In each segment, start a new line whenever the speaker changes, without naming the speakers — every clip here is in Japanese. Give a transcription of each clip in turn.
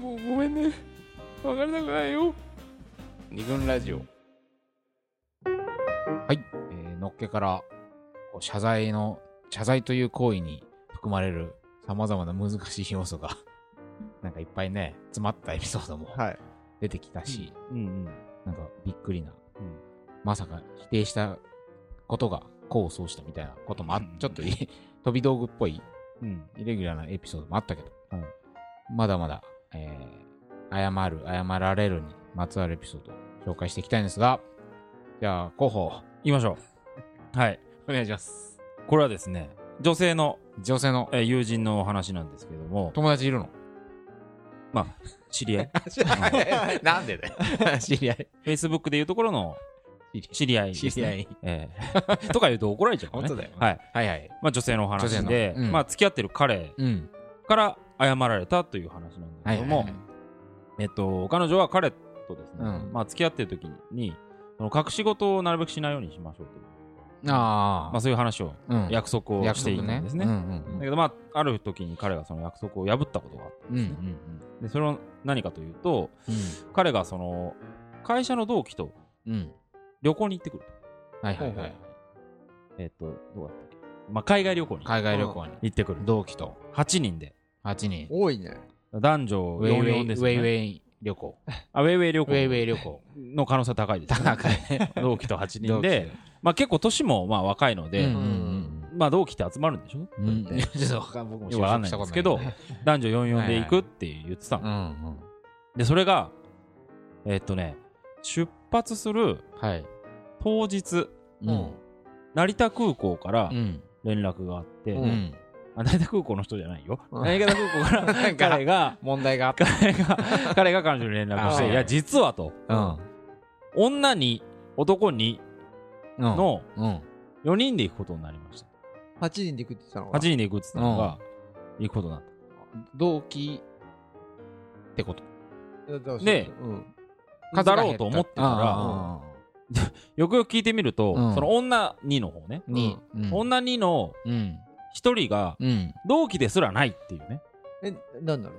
ごごめんね分からなくないよ二軍ラジオ
はい、えーのっけからこう謝罪の謝罪という行為に含まれるさまざまな難しい要素が なんかいっぱいね詰まったエピソードも
はい。
出てきたし、
うん
なんかびっくりな、
うん
まさか否定したことが功を奏したみたいなこともあ、
うん
ちょっとい 飛び道具っぽい
うん。うん。
イレギュラーなエピソードもあったけど、まだまだ、えー謝る謝られるにまつわるエピソードを紹介していきたいんですがじゃあ候補
言いましょう。はい。
お願いします
これはですね、女性の、
女性の
えー友人のお話なんですけども、
友達いるの
知り合 い。
なんでだよ。知り合い。
Facebook でいうところの知り合いです、ね。
知り合い。
えー とか言うと怒られちゃうからね。
本当だよ
はい。
はいはい。
まあ女性のお話で
女、性のうん
まあ付き合ってる彼
うん。
から謝られたという話なんだ
は
け
い
ども、
はいはい。
えっと、彼女は彼とですね、
うん
まあ付き合ってる時に、その隠し事をなるべくしないようにしましょうという、
あ
まあそういう話を、
あ。うん。
約束をしていたんですね。
うん
だけどまあ、ある時に彼がその約束を破ったことがあった
うんんうん。うんう
です
ん
ね。で、それを何かというと、
う
彼がその会社の同期と
ん。うん。
旅行に行ってくると。
はいはいはい。
えっ、と、どうだったっけ、まあ、海外旅行に
海外旅行に
行ってくる。
同期と
8人で。
8人。
多いね。
男女
ウェイウェ
44
イ、ウ
です
ェ
よ
イ
ね。
ウェイ旅行。
あウェイウェイ旅
ウェイウェ
行
イ旅行。
の可能性は高いです、ね。
高い。
同期と8
同
人
期
で、、まあ、結構年もまあ若いので、
うんうん
まあ、同期って集まるんでしょ
うんうん。うん。 ちょっとわかん僕も
よくわかんないんですけど、男女44で行くって言ってたの。
うんうん。
で、それが、えっ、とね、出発する
はい。
当日、
うん。
成田空港から
うん。
連絡があって、
うん。
あ成田空港の人じゃないよ。
うん
成田空港から 彼が、
問題があった。
彼が、彼が彼女に連絡し
あ
て、
ー
いや、実はと、
うん。
女に、男にの
うん。
4人で行くことになりました。
8人で行くって言ってたの
8
が。
人で行くって言ったのが、行くことになっ
同期ってこと
だからそう
で
うん。
た。だろうと思ってたら、
あー
よくよく聞いてみると、
うん
その女2の方ね、
に、うん
女2の
うん。
1人が
うん。
同期ですらないっていうね。
え、なんだ
だ
ろ
か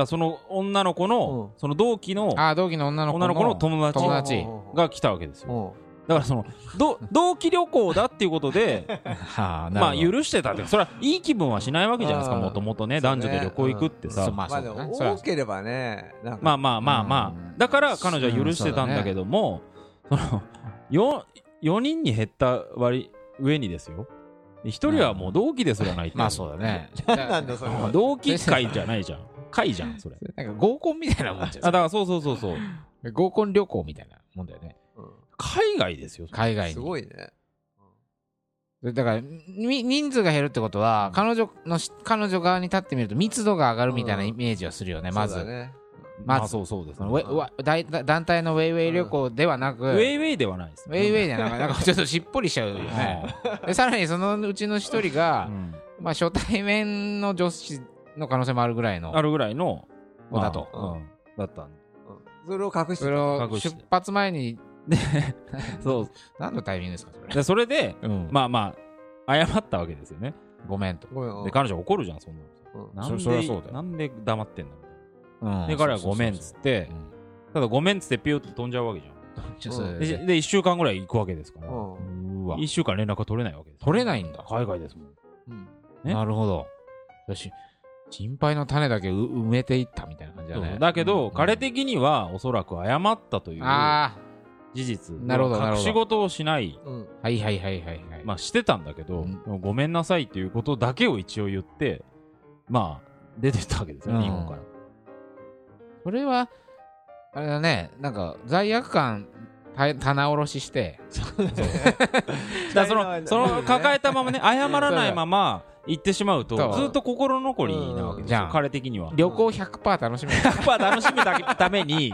らその女の子の、
うん
その同期の
ああ、同期の女の子
女の子の友達
う
友達
が来たわけです
う
よ。
ん。うん
だからその、 ど同期旅行だっていうことで、
はあ、
ま あ
ゆる
許してたっていうかそれはいい気分はしないわけじゃないですか
あー
もともとね
そう
男
ね
女で旅行行くってさ、
そうまあ
ま
そ
あ
う
で
だ
も
なそりゃ
多ければね、なん
ま
か
あまあまあま
う
あ
ん
だから彼女は許してたんだけども、そのよ4人に減った割上にですよ1人はもう同期ですら ないっていう
まあそうだね。
なんだそれは
同期会じゃないじゃん会じゃんそれ
なんか合コンみたいなもんじ
あだ
ゃ
からそうそうそうそう
ない合コン旅行みたいなもんだよね。
う
海外ですよ
海外
ん。
に。
すごいね。
だから、み人数が減るってことは、彼女のし、彼女側に立ってみると密度が上がるみたいな
うん
イメージはするよね、ま
そうだ
ず。
ね
まず
そうそうです
そ
ね
の
ウ
ウェウェだいだ団体のウェイウェイ旅行ではなく、
ェ
ウ
イウェイではないです
ェイウェイ
イ
じゃなくなんかちょっとしっぽりしちゃうよね。でさらにそのうちの一人が、まあ初対面の女子の可能性もあるぐらいの
あるぐらいの
子だと。
まあうんだったんで
うんそれを隠して
それを
隠して
出発前に、
そう
何のタイミングですか、それ。
でそれで
うん
まあまあ謝ったわけですよね
ごめんと。
ごめんうん
で彼女怒るじゃんそんな
うん
のな
そ
んで
そりゃそうだよ
なんで黙ってんだみたい
うん
なで彼はごめんっつっ。て
そうそう
ただごめんっつってピューって飛んじゃうわけじゃ
そうそううん
う
ん
ん
ちょっ
でで1週間ぐらい行くわけですから
うん
とうわ
1。週間連絡が取れないわけです
取れないんだ。
海外ですもん
うん
ね
なるほど。よし。心配の種だけう埋めていったみたいな感じだ
そうそ
ね
う。だけ
う
ど
ん
彼的にはおそらく謝ったという事
あ
実
なるほどなる
隠
ほど
し事をしない
うん
あ、はいはいはいはいはい。
まあしてたんだけど
うん
でもごめんなさいっていうことだけを一応言ってまあ出てったわけですよ
うん
日本から
それは、あれだね、なんか罪悪感、た棚卸しして、
だからそのその抱えたままね謝らないまま行ってしまうと
そう
ずっと心残りなわけです
う
よ
ん
彼的には。
旅行100%楽しめる。
まあ楽しむだけために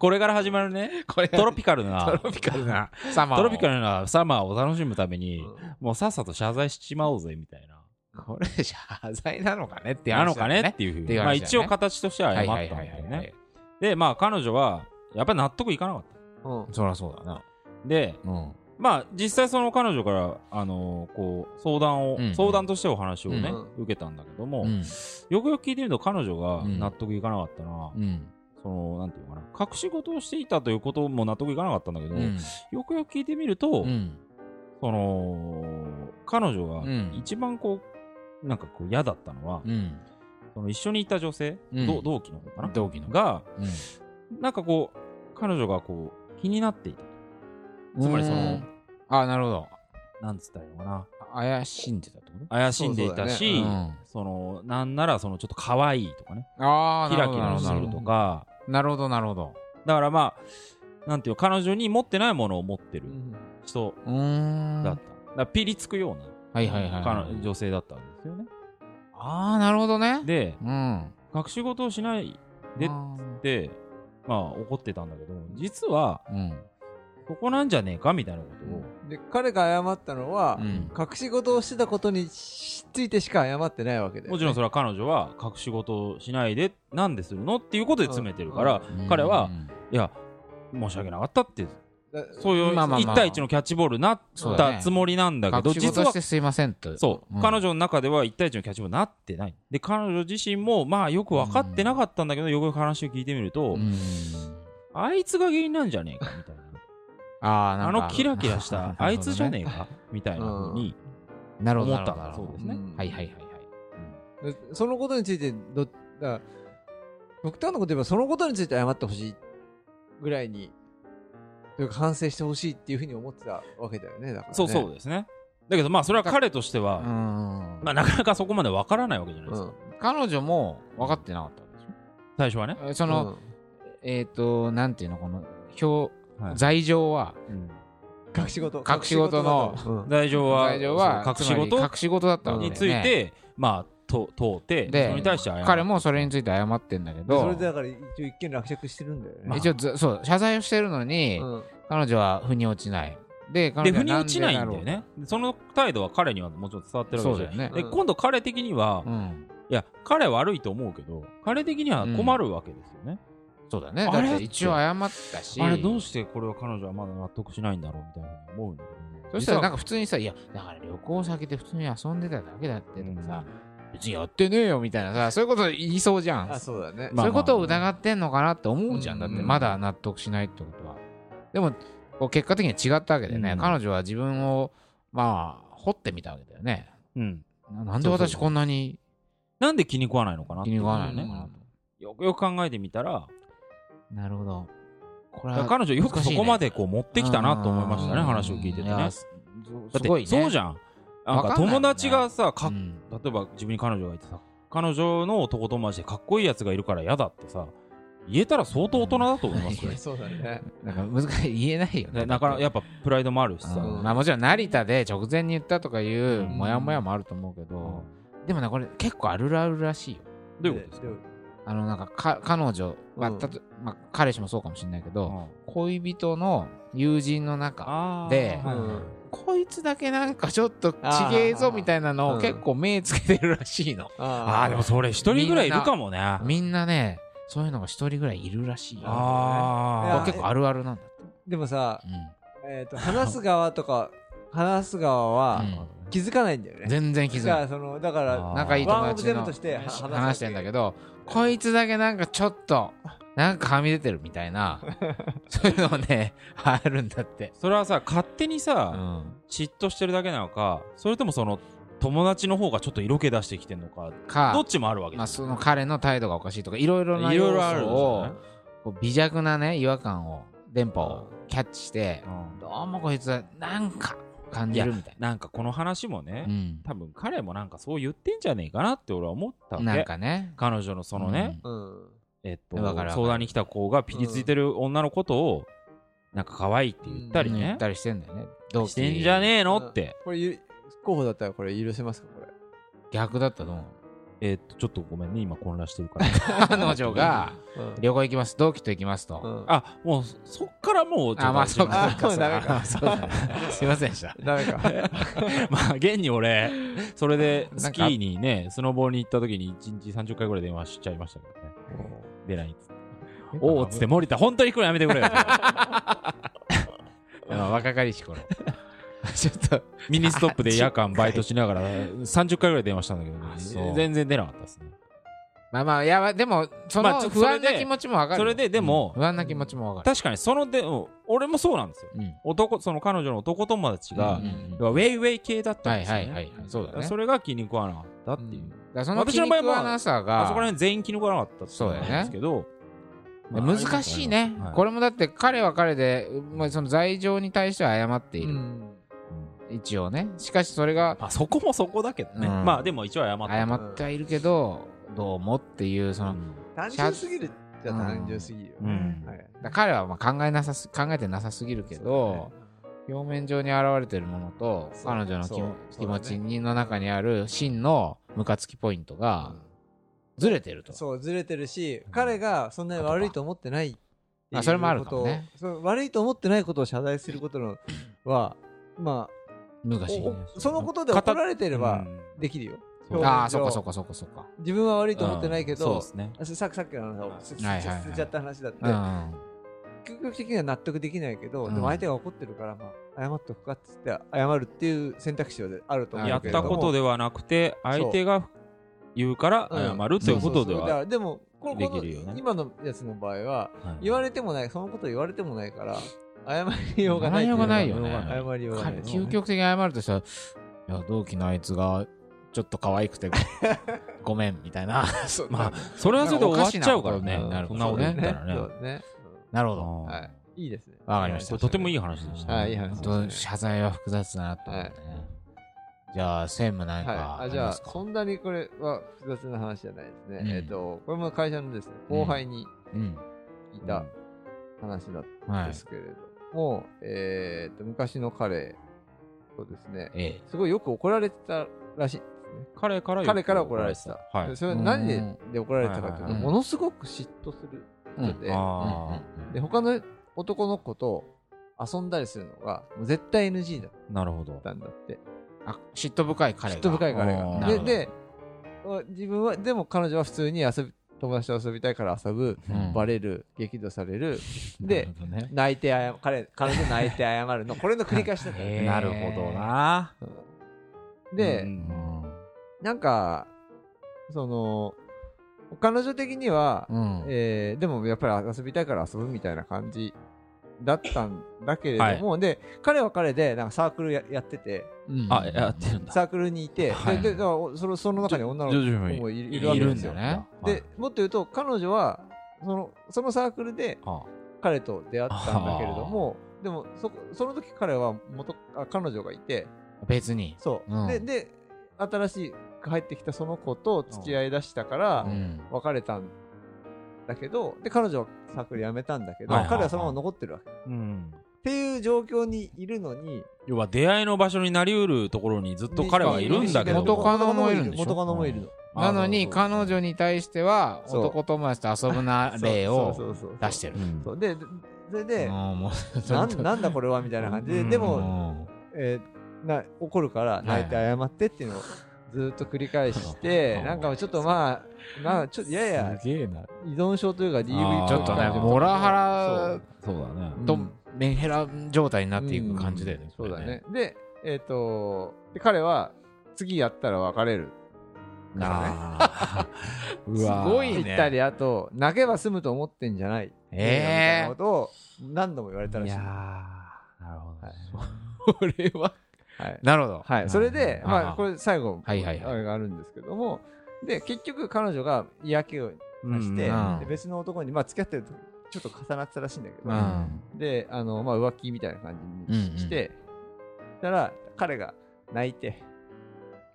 これから始まるね
これ
トロピカルな
トロピカルなサマーを。
トロピカルなサマーを楽しむために
うん
もうさっさと謝罪しちまおうぜみたいな。
これ謝罪なのかねって
なのかねっていうふう
ってい
に
う話だよね
まあ一応形としては謝
は
っ
い
たん
は
だ
いはい
よ
はい、
ね。でまあ彼女はやっぱり納得いかなかっ
うん
そりゃそうだな。
た。で
うん。
まあ実際その彼女から、あのこう相談を、
うん
相談としてお話をね、
う
受けたんだけども、
う
よ
ん。
くよく聞いてみると彼女が
うん
納得いかなかったのは、
うん。
そのなんていうのかな隠し事をしていたということも納得いかなかったんだけど、
うん。
よくよく聞いてみると、
うん。
その彼女が
うん
一番こうなんかこう嫌だったのは、
うん。
その一緒にいた女性、
うん
同同期の方かな
同期の。
が
うん
なんかこう彼女がこう気になっていたつまりその
うんあ、なるほど。
なんつったらいいのかな
あ怪しんでたってこと
怪しんでいた
う
し
うん
そのなんならそのちょっと可愛いとかね
ああ、
キラキラす
なる
る
ほ
と
ど。
か
なるほど、なるほど。
だからまあなんていうの彼女に持ってないものを持ってる人
うーん。
だっ
は
た、だからピリつくような
はいはいはい。
彼女女性だったんですよね
ああ、なるほどね。
で
うん。
隠し事をしないでっ
あー
つってまあ怒ってたんだけど実は
うん。
ここなんじゃねえかみたいなことを
で彼が謝ったのは、
うん
隠し事をしてたことについてしか謝ってないわけで、
もちろんそれは彼女は隠し事をしないでなんでするのっていうことで詰めてるから
うん
彼は、いや申し訳なかったって
だ
そういう
まあまあま
1
あ
対1のキャッチボールになっ
そうだ
た
ね
つもりなんだけど
隠し
実
事し
は
てすいませんと。
そう
うん
彼女の中では1対1のキャッチボールになってないで彼女自身もまあよく分かってなかったんだけどよくよく話を聞いてみると
うん。
あいつが原因なんじゃねえかみたいな
ああ、な
あ
んか
のキラキラし
なる
た
ほどね
あいつじゃねえかみたいなふうに
なるほど。
思
な
っ
る
た
ほどなるほ
そう
ど
ですね
うん
はいはいはいはい。
でそのことについてどだから極端なこと言えばそのことについて謝ってほしいぐらいにというか反省してほしいっていうふうに思ってたわけだよねだから、ね、
そうそうですねだけどまあそれは彼として
う
は
ん。
まあなかなかそこまで分からないわけじゃないで
う
す
ん、
か
うん
彼女も分かってなかったんでし
最初はね
ょえその、えっ、と、なんていうの、この、表、
はい
罪状は、
うん
隠し事
隠し事の
うん
罪状は
罪状は、
そう
つま
隠し
り
事
隠し事だったわけだよね
についてまあと問うて
で
それに対して謝る
彼もそれについて謝ってんだけ
で
ど、
それでだから一応一件落着してるんだよね、
一応ずそう謝罪をしてるのに、
うん
彼女は腑に落ちないで彼
で
女
腑
は
に落ちないんだよ
でだ
ねでその態度は彼にはもちろん伝わってる
ろうそ
わ
う
け
だ
じゃ
よ
ん
ね
で
う、ん
今度彼的には
うん、
いや彼悪いと思うけど彼的には困るわけですよね
そうだね
あ
だ
れ
って一応謝ったし
あれどうしてこれは彼女はまだ納得しないんだろうみたいなふうに思うんだけどね
そしたらな
か
んか普通にさ「いやだから旅行先で普通に遊んでただけだって」とかさ、別にやってねえよ」みたいなさそういうこと言いそうじゃん、
あそうだね、
まあ
そういうことを疑ってんのかなって思うじゃん、
うん
だってまだ納得しないってことはでもこう結果的には違ったわけでね、
うん
彼女は自分をまあ掘ってみたわけだよね
うん
ななんで私こんなに
なんで気に食わないのかなっ
気
て
に食わない
うん
のかなと、
よくよく考えてみたら
なるほどこれ
だから彼女よくそこまでこう持ってきたなと思いましたね
うん
話を聞いててね
や
だっ
すすごい
て
ね
そうじゃんなん
わ
か
かんないよ
友
ね
達がさか
うん
例えば自分に彼女がいてさ彼女の男友達でかっこいいやつがいるから嫌だってさ言えたら相当大人だと思いますよ、
そうだね
なんか難しい言えないよ
で
ね
なかなかやっぱプライドもあるしさ、
うんまあもちろん成田で直前に言ったとかいう
うん
モヤモヤもあると思うけど、でもねこれ結構あるあるらしいよ
どういうことですか、
あのなんかか彼女、まあ
うん
たとまあ、彼氏もそうかもしれないけど、
うん
恋人の友人の中
あー
で
はいはいはい
うん
こいつだけなんかちょっとちげえぞみたいなの
う
を
ん
結構目つけてるらしいの、
あーでもそれ一人ぐらいいるかもね
みんなねそういうのが一人ぐらいいるらしいよ
いや
あ
結構あるあるなんだ
でもさ
って、うん
えー、と話す側とか話す側は
うん
気づかないんだよね。
全然気づかない
だからそのだから
あ
仲いい友達
ワンオ
の
ブゼロとして
話
話
話してんだけどこいつだけなんかちょっとなんかはみ出てるみたい なそういうのもねあるんだって、
ーそれはさ勝手に
う
さ、
ん、
嫉妬してるだけなのかそれともその友達の方がちょっと色気出してきてんのかど
か
っ、ちもあるわけ
まあ、
です
その彼の態度がおかしいとかいろいろない
ろ
要
い
素
ろあるんです
を
よね、
こう微弱なね違和感を電波をキャッチして
うん
どうもこいつはなんか感じるみたいな。
なんかこの話もね、
うん
多分彼もなんかそう言ってんじゃねえかなって俺は思ったわ
なん
け
かね。
彼女のそのね、
うん
えっと
わかるわかる
相談に来た子がピリついてる女のことを、なんか可愛いって言った
うん、
り
うん言
ね
っ、たりしてんだよね。同期
してんじゃねえのって、
これゆ候補だったらこれ許せますかこれ。
逆だったと 思う。
えっとちょっとごめんね今混乱してるから
彼女が
うん
旅行行きます、同期と行きますと。
うん
あもうそっからもうちょっと
あ、まあ、そうか、
あ
そうか、そう
ダメか
か。そうだね すいませんでした。
ダ メか。
まあ現に俺それで
なんか
スキーにねスノボーに行った時に1日30回ぐらい電話しちゃいましたけどね出ないっつっておおっつって森田本当に来るのやめてくれよいや
若かりし頃。 ちょっと、
ミニストップで夜間バイトしながら30回ぐらい電話したんだけどね、
あそう
全然出なかったですね。
まあまあ、いや、まあでも、そ
まあ
の
ちょ
不安
それ
な
で
気持ちもわかる
そ
よ。
れででも
うん不安な気持ちもわかる。
確かにそので、うん俺もそうなんですよ。
うん。
男、その彼女の男友達が、
うんうんうん
要はウェイウェイ系だった
は
ん
い
ですよ、
は
ね。
いはいはい。そうだね。
それが気に食わなかったっていう。
うん
だからその
私
気
の
に
場合は
食わなさ
あそこら
が、
辺全員気に食わなかったっていうのがあるんですけど、まあ
難しいね
は。い
これもだって彼は彼で、まあその罪状に対しては謝っている。
ん
一応ね。しかしそれが
まあ、そこもそこだけどね、
うん
まあでも一応謝った
謝ってはいるけど、どうもっていう、その、
単純すぎるじゃ単純すぎるよ
う
ね。
ん
はい
だから彼はまあ考えなさす考えてなさすぎるけど、表面上に現れてるものと
そう
彼女の
そ
気
う
も
そう
気
だ
持
ね
ちにの中にある真のムカつきポイントがずれてると。
そうずれてるし彼がそんなに悪いと思ってないっていう
あそれもある
こ
か
と
も
を
ね
そう悪いと思ってないことを謝罪することのはまあ
難しいね。
おそのことで怒られてればできるよ
そう
表面上
ああ、そっかそっかそっかそっか。
自分は悪いと思ってないけ
うんそうで
ど
すね。
あささっきのあの捨て
はいはいはい
捨てちゃった話だって
うん。
究極的には納得できないけど、
うん
でも相手が怒ってるから、まあ、謝っとくかっつって謝るっていう選択肢はあると思
な
や
う
っ
けれど
た
も
ことではなくて、相手が言うから謝るということで
んそそそだか
は。
らでもこのこの
できるよね
今のやつの場合は
はい
言われてもないそのこと言われてもないから謝りようがな
謝
い
りようがないよね
謝りようがない
彼究極的に謝るとしたら、いや、同期のあいつがちょっと可愛くて ごめんみたいな。
まあ、それはそれで終わっちゃうからね
おかし。
そ
なこ
ん
とに
なこと言っ
なるからね
たらね
そ。うね
なるほ
う
ど。
ん
はいいいですね
わかりました
とてもいい話でした。
はいいい話で
本当
す
謝罪は複雑だなと思ってね。じゃあ、専務なんか
はい、
あ
あ
り
じ
ま
ゃあ
すか。
そんなにこれは複雑な話じゃないですね、
うん
えっ、とこれも会社のですね後輩に
うん。
聞いた話だった
は
ん
い
で。すけれど、もう、えっと昔の彼とですね
ええ。
すごいよく怒られてたらしい
彼からよく
彼から怒られてた。
はい。
それは何で
うん
で怒られてたかというと、
うん
ものすごく嫉妬する人で、
あ
で、他の男の子と遊んだりするのが、もう絶対 NG だっ
あ、なるほど。
たんだって。
あ嫉妬深い彼が
嫉妬深い彼
あ
が。
ー
で、
な
で、自分は、でも彼女は普通に遊び、友達と遊びたいから遊ぶ、
うん
バレる、激怒される、
な
で
る、ほどね
泣いて謝、彼、彼女泣いて謝るの、これの繰り返しだったの
へ
ね。
ー
なるほどな。
で、
うん
なんか、その、彼女的には、
うん
えーでもやっぱり遊びたいから遊ぶみたいな感じだったんだけれども、で彼は彼でなんかサークルややってて
うん
あ、やってるんだ。
サークルにいて、
はい
ででだからおそのその中に女の
ジ
子
ョジョもい
もいいるわ
い
け
る
で
ん
す
だ
よ。
ね
はい
でもっと言うと彼女はそのそのサークルで
ああ
彼と出会ったんだけれどもでもそこその時彼は元あ彼女がいて
別に
そう、
うん
でで新しい入ってきたその子と付き合いだしたから、
うん
別れたんだけどで彼女はサークル辞めたんだけど、
はいはいはい
彼はそのまま残ってるわけっ
うん
ていう状況にいるのに
要は出会いの場所になりうるところにずっと彼はいるんだけど
元
も
カノもいるんでしょ
元カノもいるの
なのに
あ
彼女に対しては
そう
男友達と遊ぶな
そう
例
そ
を
うそうそう
出してる
うん
そうででそれで、
うんもう
な
ちょっ
ん
と
なんだこれはみたいな感じで
うん
で
う
も、
ん
えーな怒るから泣いて謝ってっていうのをずっと繰り返して、
はい
なんかちょっとまあまあちょっとやや
すげえな
依存症というか DV
あー
ちょっとね
そう
モラハ
そうだね
ラ
そ
と
う
メンヘラ状態になっていく感じだよね
そうだね
こ。
で、えっ、とで彼は、次やったら別れる。
れねあー うわー
すごい
行
ね
ったり、あと、泣けば済むと思ってんじゃない。みたいな
え
ことを何度も言われたら
い
しい。
やー
は。
なるほどね
ーこれはいなるほど
はい。それで、
あー
まあ、これ最後、
はいはいはい
あれがあるんですけども、で、結局彼女が嫌気を
うん
して、で
うん
別の男に、まあ、付き合ってる時ちょっと重なってたらしいんだけど、
うん
で、あの、まあ、浮気みたいな感じにして、したら、彼が泣いて、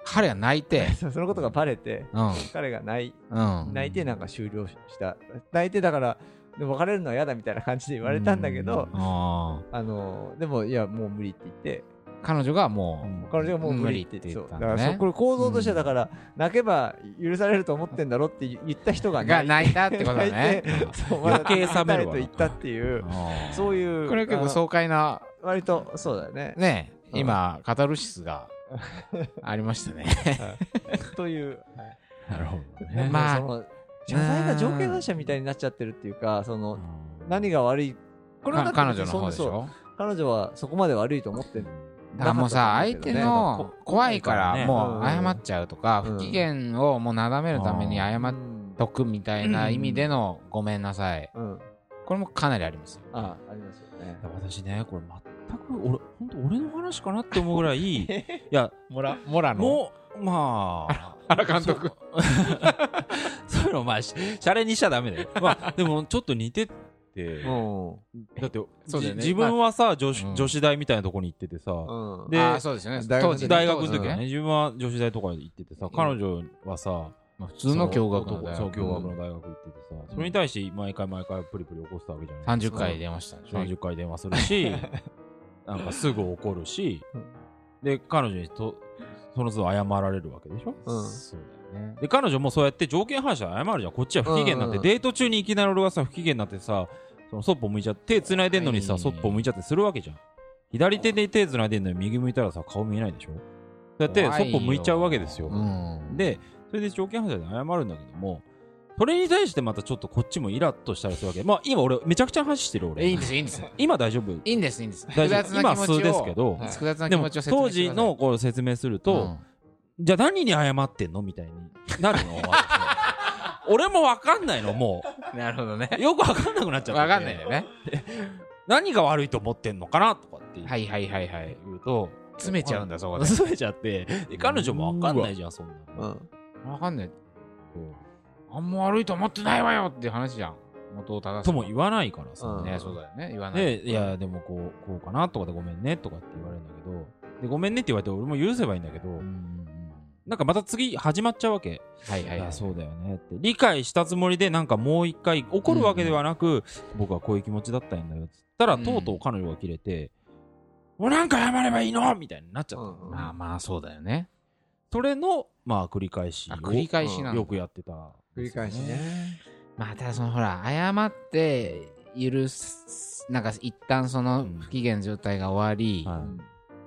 彼が泣いて
そのことがバレて、
うん
彼が泣い
うん
泣いてなんか終了した泣いてだからでも別れるのは嫌だみたいな感じで言われたんだけど
あ
あのでもいやもう無理って言って
ー彼女がもう
彼女がもう無理って言って
無理
そ
っ
う
て言
だ
ったの
か
ね
らそうこれ構造としてはだから泣けば許されると思ってんだろって言った人が
が
泣い
泣いたってことだね。
そう
余計冷めるわ
まだ泣きたいと言ったっていう
あー
そういう
これ結構
う
爽快な、
割とそうだよね
ね、
うん
今、カタルシスがありましたね。
という
なるほど
ね
ね
まあ
その謝罪が条件反射みたいになっちゃってるっていうかその何が悪いこれはだって
か彼女の方でしょ
彼女はそこまで悪いと思ってん
だからもうさ、相手の怖いか
ね
らもう
うん
謝っちゃうとか、
うん
不機嫌をもうなだめるために謝っとくみたいな意味でのごめんなさい。
うん
これもかなりありますよ。
あありますよね
いや私ねこれ全く俺本当俺の話かなって思うぐ らいいや
モラ、モラ
もうまあ
原監督。
そういうのまあしシャレにしちゃダメだよま あでもちょっと似てって
う
だって
そうだよね
じ自分はさ女子
うん
女子大みたいなとこに行っててさ
んう ん
で
ああ、そうですよね。
大学
当時
大学の時は
当時
ね自分は女子大とか行っててさ彼女はさ
まあ普通の共学の大
そう
学。
共学の大学行っててさそれに対して毎回毎回プリプリ怒ってたわけじゃない
30回出ましたね。
30回電話するしなんかすぐ怒るし
うん
で彼女にとその都度謝られるわけでしょ、
うん
そうだよね。
で彼女もそうやって条件反射謝るじゃんこっちは不機嫌になって、
うん
デート中にいきなり俺がさ不機嫌になってさそのそっぽ向いちゃって手繋いでんのに
は
さ
い
そっぽ向いちゃってするわけじゃん左手で手繋いでんのに右向いたらさ顔見えないでしょだって
怖
そ
い
っ
よ
ぽ向いちゃうわけですよ、
うん。
でそれで条件反射で謝るんだけどもそれに対してまたちょっとこっちもイラッとしたりするわけまあ今俺めちゃくちゃ話してる
え、い
俺
いんです、いいんです。
今大丈夫
いいんです、いいんです。
大
複
丈
雑
夫
な
今
気持ちを。
数ですけど、
はい
複雑な
で
気
も
持ちを説明
当時のこう説明すると、、じゃあ何に謝ってんのみたいになる の私俺も分かんないのも
なるほどね。
うよく分かんなくなっちゃって
わかんないよね。
何が悪いと思ってんのかなとかって
はいはいはいはい。
言うと
詰めちゃうんだ、そこで。
詰めちゃってで彼女も分かんないじゃんそんなの
うん
わかんない。あんま悪いと思ってないわよっていう話じゃん。元を正す。
とも言わないから
う
さ
ん
ね、そうだよね。言わない。
でいやでもこうこうかなとかでごめんねとかって言われるんだけどでごめんねって言われて俺も許せばいいんだけど
うんうんうん。
なんかまた次始まっちゃうわけ
はいはいいは
や
い。
そうだよねって理解したつもりでなんかもう一回怒るわけではなく、僕はこういう気持ちだったんだよっつったら、
うん
とうとう彼女が切れて「もうなんか謝ればいいの!」みたいになっちゃった、
うん
まあまあ、そうだよね。
それのまあ繰り返しを
あ繰り返しなんだ
よくやってたん
繰
で
り
すよ
返しね
まあ、ただそのほら、謝って、許す、なんか一旦その不機嫌状態が終わり、
はい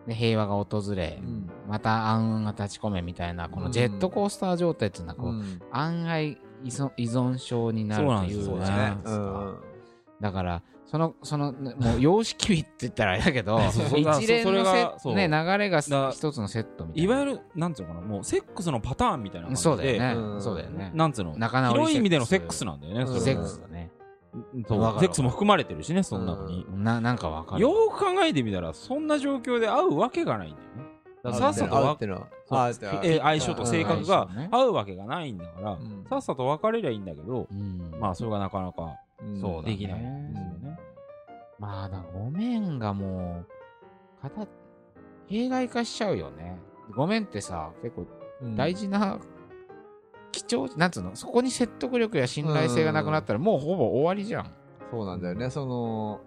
で平和が訪れ、
うん
また暗雲が立ち込めみたいな、このジェットコースター状態っていうのはこう、
うん
案外依存依存症になるという
そう
そう
な
ですね
ね
うん
だからそのそのねもう様式美って言ったらあれだけど
そうそう
一連
それ
のセ
がそう
ッね流れがす
だ
一つのセットみたい
い
な
わゆるなんつうのかなもうセックスのパターンみたいな感じで
そうだよね、
うん
そうだよね
なんつうの
仲直りセッ
広
クス
い意味でのセックスなんだよねそれは
セックスだね
うんそう
わかるわ
セックスも含まれてるしねその中に、
ななんかわかる
よく考えてみたらそんな状況で会うわけがないんだよねだからさっさと
会う
わ
ってのは
そう
会うってのは
えー相性と性格が
相性ね
合うわけがないんだから、
うん
さっさと別れりゃいいんだけど、
うん
まあそれがなかなか
うん
そうだね
できないんですよね。
まあだからごめんがもう形形骸化しちゃうよねごめんってさ結構
うん
大事な、貴重なんつうのそこに説得力や信頼性がなくなったらもうほぼ終わりじゃん
そうなんだよねその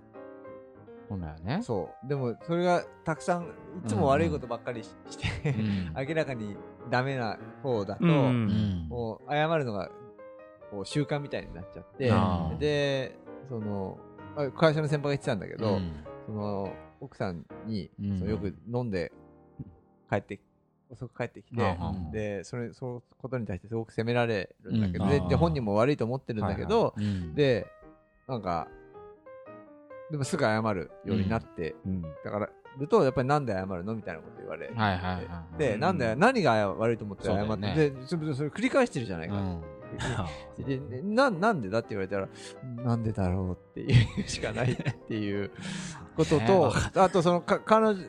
ほんならね
そうでもそれがたくさんいつも悪いことばっかりしして
うん
明らかにダメな方だと、
うん
もう謝るのがこう習慣みたいになっちゃって
あー
でそのあ会社の先輩が言ってたんだけ
う
ど、
ん
その奥さんに、
うん
そのよく飲んで帰って遅く帰ってきて、
ああ
でそれそのことに対してすごく責められるんだけど、
うん
で
ああ
で本人も悪いと思ってるんだけど、
うん
でなんかでもすぐ謝るようになって、
うん
だからるとやっぱりなんで謝るのみたいなこと言われ、
はいはいはいはい
で、
うん
なんだよ、何が悪いと思って謝
そ
っ
う
て、
だよ
で
ね
それそれ繰り返してるじゃないか、ででななんでだって言われたらなんでだろうっていうしかないっ ていうこと
ねわ
と、あとそのか彼女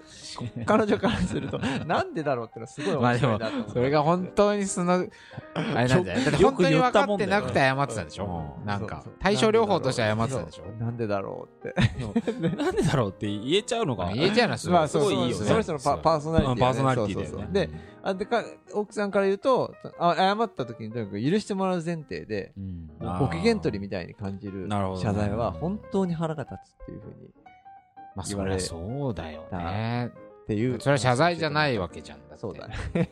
彼女からす るとなんでだろうってのはすごい面白いなと思って
それが本当にその あれなんだよだって
よ
本
く
当に
言った
分か
も
っ
んだ
て
よ
なくて謝ってたんでしょ
うん
なんか
そうそう
対症療法として謝ってたんでしょ
そうなんでだろう って
なんでだろうって言えちゃうのが、
言えちゃうのはすごい,、
まあそう
すごいいいよね
その人のパパーソナリティ、ね、
パーソナリティだよね
そうそうそうであでか奥さんから言うとあ謝った時にとにかく許してもらう前提で
うん
あー
ご機嫌取りみたいに感じる
なるほどね
謝罪は本当に腹が立つっていうふうに
まあそりゃそうだよね
っていう
それは謝罪じゃないわけじゃんだって
そうだね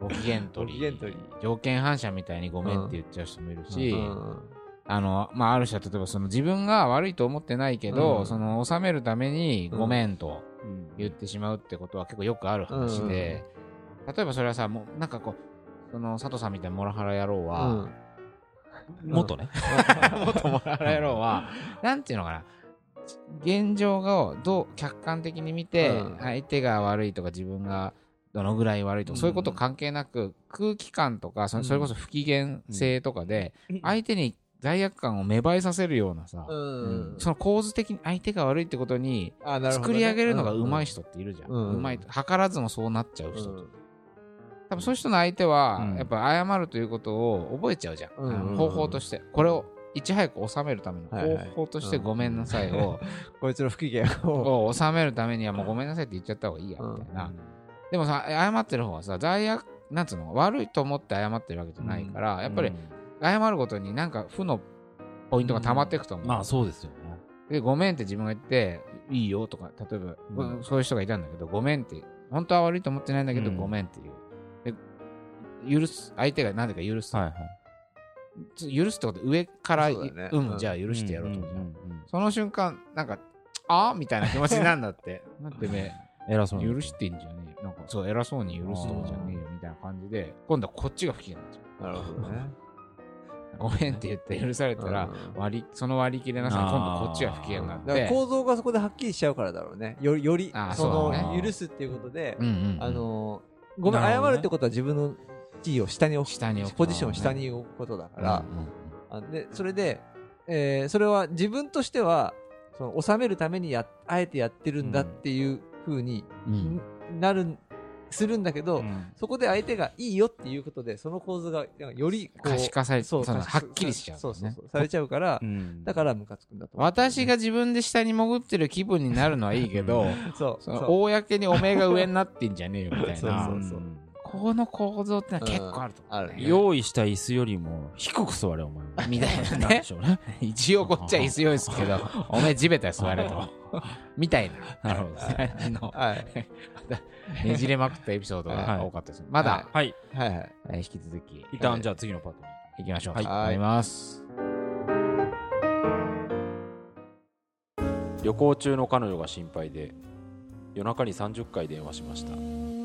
ご機嫌取り
ご機嫌取り
条件反射みたいにごめんって言っちゃう人もいるし、
うん
あのまあ、ある人は例えばその自分が悪いと思ってないけど、
うん
その収めるために
うん
ごめんと
うん
言ってしまうってことは結構よくある話で、例えばそれはさもうなんかこうその佐藤さんみたいなモラハラ野郎 は、
うん
元ね。
元モラハラ野郎はなんていうのかな現状をどう客観的に見て、
うん
相手が悪いとか自分がどのぐらい悪いとか、
うん
そういうこと関係なく空気感とかそれ
うん
それこそ不機嫌性とかで、
うん
相手に罪悪感を芽生えさせるようなさ、
うん
その構図的に相手が悪いってことに
あなるほど
作
ね
り上げるのが上手い人っているじゃん。
うんうん
うまいと。図らずもそうなっちゃう人。
うん
多分そういう人の相手は
う、ん
やっぱ謝るということを覚えちゃうじゃん。
うんうんうん
あの方法として。これをいち早く収めるための
はいはい
方法としてごめんなさいを、
こいつの不機嫌を
を収めるためにはもうごめんなさいって言っちゃった方がいいや、
うん
みたいな。でもさ、謝ってる方はさ、罪悪、なんつうの、悪いと思って謝ってるわけじゃないから、やっぱり謝ることになんか負のポイントが溜まっていくと思う。
まあそうですよね。
で、ごめんって自分が言って、いいよとか、例えば、
うん
こそういう人がいたんだけど、ごめんって、本当は悪いと思ってないんだけど、
うん
ごめんっていう。で、許す、相手がなぜか許す。
はいはい。
つ許すってこと、上からい、
そうだね
うん、
うん
じゃあ許してやろうとか、
んうんうん
その瞬間、なんか、ああみたいな気持ちになるんだって。なんてね、
偉そうに
許してんじゃねえよ。なんか、そう、偉そうに許すとかじゃねえよ、みたいな感じで、今度はこっちが不機嫌になっちゃう。
なるほどね
ごめんって言って許されたら、
うん
割り、その割り切れなさが今度こっちが不機嫌になっ
だから
て。
構造がそこではっきりしちゃうからだろうねよより
あー
そ
そうだ
ね
の許すっていうことで
うんうんうん
あのーごめん
なる
謝
ほどね
るってことは自分の地位を下に置く
下に置く
ポジションを下に置くことだから、
うんうんうん
あでそれで、えーそれは自分としてはその収めるためにやあえてやってるんだっていうふうに
うん
なるんするんだけど、
うん
そこで相手がいいよっていうことでその構図がなんかよりこう
可視化され
そう
その
可視化
はっきりしちゃうんだ
そ
よ
う
ね
そうそうされちゃうから、
うん
だからムカつくんだと思う
私が自分で下に潜ってる気分になるのはいいけど
そう
そ
そう
の公におめえが上になってんじゃねえよみたい
そう
な
そうそう
この構造ってのは結構あると思う、
うんあるね
用意した椅子よりも低く座れ、お前は。
みたいな
なんで
ね
しょうね。
一応こっちは椅子用意すけどおめえ地べたに座れと みたいな
なるほどですね
感じの
はい
ねじれまくったエピソードが多かったです、まだ、
はい。
はいはい
えー引き続き
一旦、じゃあ次のパートに。
いきましょう
はい
思います
旅行中の彼女が心配で夜中に30回電話しました